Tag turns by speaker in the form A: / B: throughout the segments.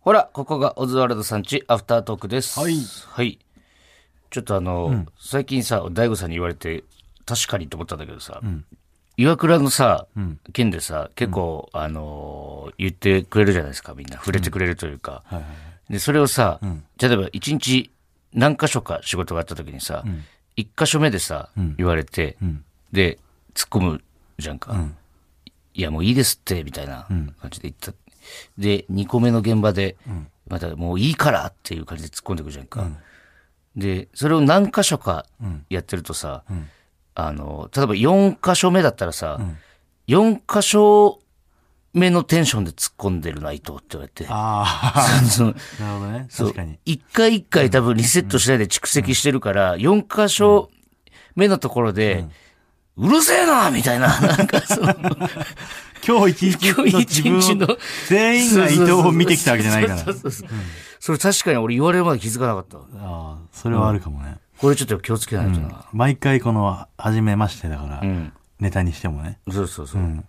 A: ほら、ここがオズワルドさんち、アフタートークです。
B: はい
A: はい。ちょっとあの、最近さ、大悟さんに言われて、確かにと思ったんだけどさ、岩倉のさ、件でさ、結構、あのー言ってくれるじゃないですか、みんな。触れてくれるというか。で、それをさ、例えば一日何箇所か仕事があった時にさ、一、箇所目でさ、言われて、で、突っ込むじゃんか。いや、もういいですって、みたいな感じで言った。で、2個目の現場で、またもういいからっていう感じで突っ込んでくるじゃんか。で、それを何箇所かやってるとさ、あの、例えば4箇所目だったらさ、4箇所目のテンションで突っ込んでるな、伊藤って言われて。
B: あ
A: その
B: あ、 なるほどね。
A: そう
B: 確かに。
A: 一回一回多分リセットしないで蓄積してるから、4箇所目のところで、うるせえなみたいな、なんかその、
B: 今日一日
A: 今日一日
B: の自分
A: の
B: を。全員が伊藤を見てきたわけじゃないから。
A: そうそうそうそうそれ確かに俺言われるまで気づかなかったわ。
B: ああ、それはあるかもね。
A: これちょっと気をつけないとな。
B: 毎回この、初めましてだから、
A: ん
B: ネタにし てもね。
A: そうそうそう。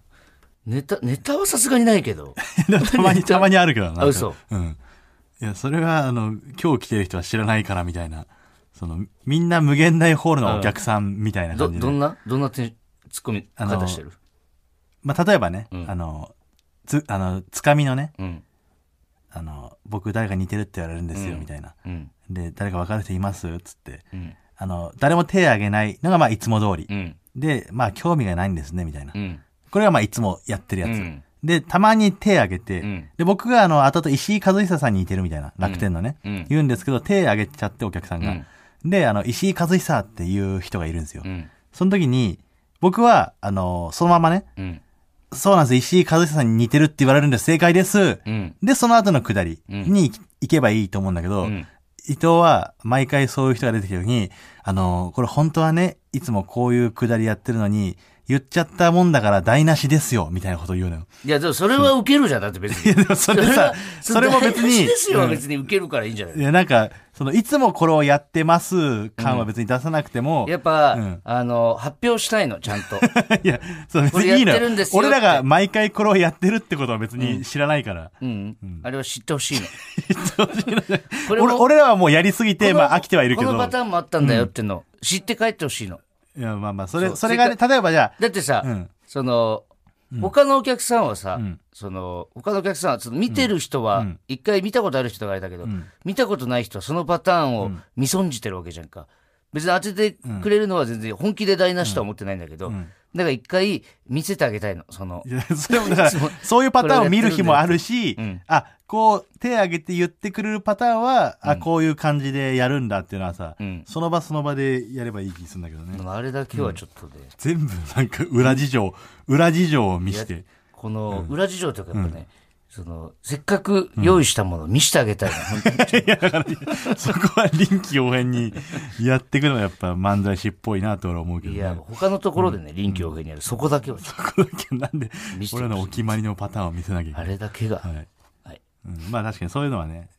A: ネタ、ネタはさすがにないけど。
B: でもたまに、たまにあるけどな。
A: あ嘘
B: うん。いや、それは、あの、今日来てる人は知らないからみたいな。その、みんな無限大ホールのお客さんみたいな
A: ど、
B: 感じで。
A: どんな、どんなてツッコミ
B: あの
A: 方してる
B: まあ、例えばね、
A: ん
B: あの、つ、あの、つかみのね、
A: うん。
B: あの、僕誰か似てるって言われるんですよ、みたいな。
A: うん。
B: で、誰か分かる人いますつって。
A: うん。
B: あの、誰も手を挙げないのが、まあ、いつも通り。
A: うん。
B: で、まあ、興味がないんですね、みたいな
A: う。ん。
B: これが、まあ、いつもやってるやつ。
A: うん
B: で、たまに手を挙げて、
A: うん
B: で、僕が、あの、後々石井和久さんに似てるみたいな、楽天のね、
A: うん
B: 言うんですけど、手を挙げちゃって、お客さんが。で、あの、石井和久っていう人がいるんですよ。
A: うん。
B: その時に、僕は、あの、そのままね、
A: うん。
B: そうなんです、石井和久さんに似てるって言われるんです、正解です。
A: うん。
B: で、その後の下りに行き行けばいいと思うんだけ
A: う
B: ど、
A: ん
B: 伊藤は毎回そういう人が出てきた時に、あの、これ本当はね、いつもこういうくだりやってるのに、言っちゃったもんだから台無しですよ、みたいなことを言うのよ。
A: いや、でもそれは受けるじゃん、だって別に。
B: でもそれさ、それも別
A: 台無し
B: に、
A: ですよ、
B: うん
A: 別に受けるからいいんじゃない
B: いやなんか、その、いつもこれをやってます感は別に出さなくても、
A: やっぱ、
B: うん
A: あの、発表したいの、ちゃん と。
B: いや、そう別
A: これ
B: にいいの
A: やってるん
B: よ
A: で。すよって
B: 俺らが毎回これをやってるってことは別に知らないから。
A: うん。あれは 知ってほしいの。これ
B: 俺
A: も
B: 俺らはもうやりすぎて、まあ飽きてはいるけ
A: こ
B: ど。
A: のパターンもあったんだよっての、知って帰ってほしいの。
B: いや、まあまあ、それ、
A: そう
B: それがね、例えばじゃあ、
A: だってさ、
B: ん
A: その、他のお客さんはさ、
B: ん
A: その、他のお客さんは、その見てる人は、一回見たことある人があれだけど、見たことない人はそのパターンを見損じてるわけじゃんか。別に当ててくれるのは全然本気で台無しとは思ってないんだけど、だから一回見せてあげたいの、その
B: い、や それもだから、そういうパターンを見る日もあるし、あ、こう、手挙げて言ってくれるパターンは、あ、こういう感じでやるんだっていうのはさ、
A: うん
B: その場その場でやればいい気するんだけどね。
A: あれだけはちょっとで、
B: 全部なんか裏事情、裏事情を見せて。
A: この裏事情というかやっぱね、その、せっかく用意したものを見せてあげたいの、本当 に
B: そこは臨機応変にやってくのがやっぱ漫才師っぽいなと俺は思うけど
A: い
B: ね。
A: や、他のところでね、臨機応変にやる。そこだけは、
B: ここだけなんで
A: 見せてほしい
B: 俺らのお決まりのパターンを見せなきゃいけ
A: あ
B: ない。
A: れだけが。
B: はい
A: はい。
B: うんまあ確かにそういうのはね、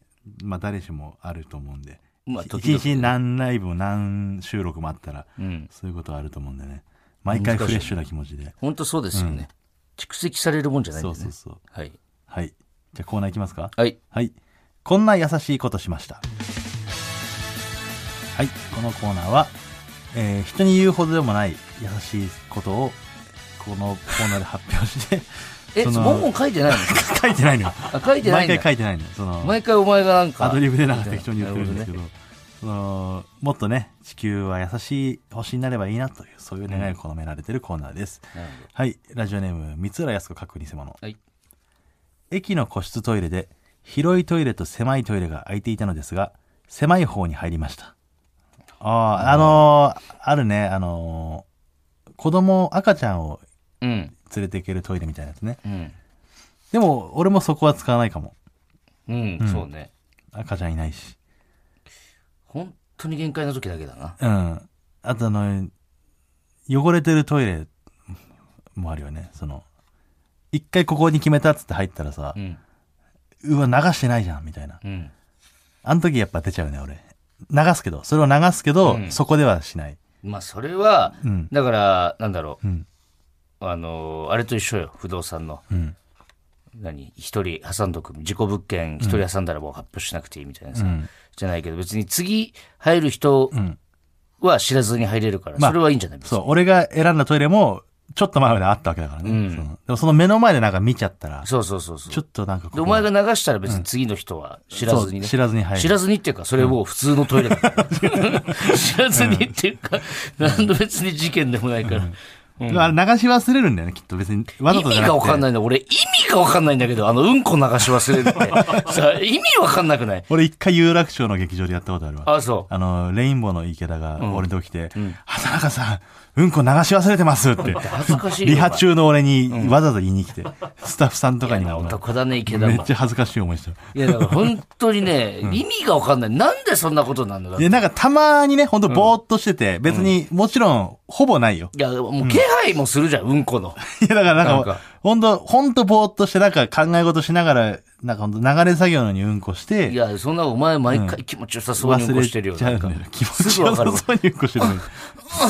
B: まあ誰しもあると思うんで。
A: まあ、
B: 一
A: 時々。
B: 日何ライブも何収録もあったら、
A: うん。
B: そういうことはあると思うんでね。毎回フレッシュな気持ちで。
A: 本当そうですよね。蓄積されるもんじゃないん
B: そ
A: で
B: う
A: ね。
B: そうそう。
A: はい。
B: はい。じゃあコーナーいきますか
A: はい。
B: はい。こんな優しいことしました。はい。このコーナーは、えー人に言うほどでもない優しいことを、このコーナーで発表して、
A: え、
B: その
A: 文言書いてないの
B: 書いてないのよ。
A: あ、書いてない
B: 毎
A: んだ
B: 回書いてないのよ。その、
A: 毎回お前がなんか。
B: アドリブでなんか適当に言ってるんですけ
A: な
B: ど、
A: る
B: その、もっとね、地球は優しい星になればいいなという、そういう願いが込められてるコーナーです。
A: ほどね。なるほど
B: はい。ラジオネーム、三浦康子かっこ偽物。
A: はい。
B: 駅の個室トイレで広いトイレと狭いトイレが空いていたのですが狭い方に入りましたああーあのーあるねあのー子供赤ちゃんを
A: うん。
B: 連れていけるトイレみたいなやつね
A: うん。
B: でも俺もそこは使わないかも
A: うん、そうね。
B: 赤ちゃんいないし
A: 本当に限界の時だけだな。
B: うんあとあの汚れてるトイレもあるよねその一回ここに決めたっつって入ったらさ
A: う、ん。
B: うわ流してないじゃんみたいな
A: うん。
B: あの時やっぱ出ちゃうね、俺。流すけど、それを流すけど、
A: うん
B: そこではしない。
A: まあ、それは
B: うん、
A: だから、なんだろう
B: うん。
A: あのーあれと一緒よ不動産の
B: うん。
A: 何一人挟んどく、事故物件一人挟んだらもう発表しなくていいみたいなさ、じゃないけど、別に次入る人は知らずに入れるから、それはいいんじゃないですか。
B: そう、俺が選んだトイレも、ちょっと前まであったわけだからね。そのでもその目の前でなんか見ちゃったら、
A: そうそうそうそう
B: ちょっとなんかこ
A: で、
B: う
A: お前が流したら別に次の人は知らずにね。
B: そう知らずに入る
A: 知らずにっていうか、それもう普通のトイレだから。 知らずにっていうか、何の別に事件でもないから。
B: うんあれ流し忘れるんだよね、きっと別に。わざ
A: 意
B: とじゃ
A: 味
B: なくて。
A: がわかんないんだ。俺、意味がわかんないんだけど、あの、うんこ流し忘れる って。さ、意味わかんなくない
B: 俺一回有楽町の劇場でやったことあるわ。
A: あ、そう。
B: あの、レインボーの池田が俺の時来て、畑中さん、うんこ流し忘れてま すって、
A: 恥ずかしいよ。
B: リハ中の俺にわざわざ言いに来て、スタッフさんとかに
A: お前
B: はお前
A: 男だね、池田
B: めっ
A: も。
B: ちゃ恥ずかしい思いした。
A: いや、だから本当にね、意味がわかんない。なんでそんなことなんだろう
B: で、なんかたまにね、ほんとぼーっとしてて、別に、もちろん、ほぼないよ。
A: いや、もう気配もするじゃん、うんこの。
B: いや、だか
A: な
B: らなんん
A: か
B: か、ほんと、ほんとぼーっとして、なんか考え事しながら、なんかほんと流れ作業のようにうんこし
A: い
B: て、
A: や、そんなお前毎回気持ちよさそうにうん
B: 忘
A: こ
B: れ
A: してるよ。
B: ち
A: な
B: ゃうんん
A: か
B: だよ。気持
A: す
B: ち
A: ぐわ
B: よ
A: か
B: さ
A: る
B: そうにうんこしてるのに。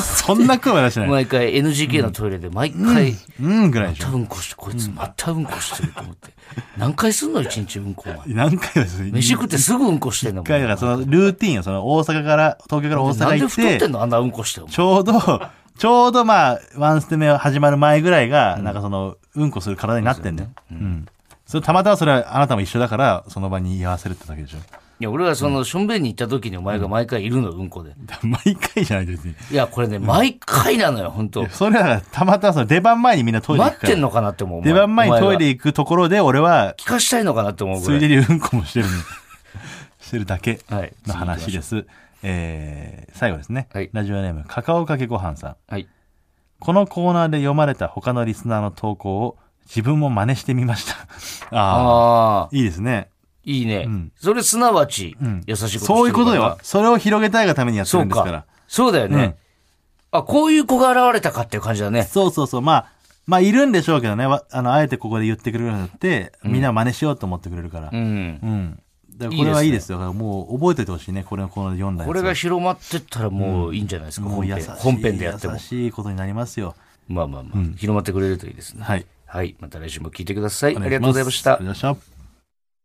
B: そんな声は出 しない。
A: 毎回 NGK のトイレで毎回、
B: うんぐらい
A: ま
B: でしたょ。
A: うんこして、こいつまたうんこしてると思って。何回すんの一日うんこお前。
B: 何回です
A: 飯食ってすぐうんこしてんの
B: 一回だからそのルーティンよ、その大阪から、東京から大
A: なん
B: 阪
A: で
B: 行っ
A: 太って
B: て
A: ん、のあんなうんこして。お前
B: ちょうど、 ちょうどまあ、ワンステ目始まる前ぐらいが、なんかその、うんこする体になってんだよ。うん。それたまたまそれはあなたも一緒だから、その場に居合わせるってだけでしょ。
A: いや、俺はその、しょんべんに行った時にお前が毎回いるの、うんこで。
B: だ毎回じゃないですね。
A: いや、これね、毎回なのよ、本当
B: それはたまたまその出番前にみんなトイレ行
A: 待
B: く
A: っ
B: か
A: てん
B: ら。
A: のかなって思う。お前
B: 出番前にトイ。レ
A: お前は
B: 行くところで、俺は、
A: 聞かしたいのかなって思うぐ
B: つい
A: らい。
B: でにうんこもしてるの してるだけ
A: はい
B: の話です。えー、最後ですね。
A: はい
B: ラジオネーム、カカオかけごはんさん。
A: はい。
B: このコーナーで読まれた他のリスナーの投稿を自分も真似してみました。ああ、
A: ああ、
B: いいですね。
A: いいね
B: ん。
A: それすなわち、優しいことしてるから
B: そういうことよ。。それを広げたいがためにやって
A: そ
B: る
A: うん
B: ですから
A: か。。そうだよ
B: うん
A: ね。あ、こういう子が現れたかっていう感じだね。
B: そうそうそう。まあ、まあ、いるんでしょうけどね。わあの、あえてここで言ってくれるようになって、みんな真似しようと思ってくれるから。う。
A: うんん。
B: だからこれはい
A: い
B: い
A: で
B: ですよ。だからもう覚えておいてほしいね。これのコーナーで読んだやつ
A: こ
B: を
A: れが広まってったらもういいんじゃないですか、
B: も
A: 本
B: う優
A: 編
B: しい。
A: 本編でやっても
B: 優。しいことになりますよ。
A: まあまあまあ、広まってくれるといいですね。
B: はい。
A: はい。また来週も聞いてください。
B: お
A: あ
B: 願
A: りがとうございまし
B: します
A: た
B: あり。がとうございました。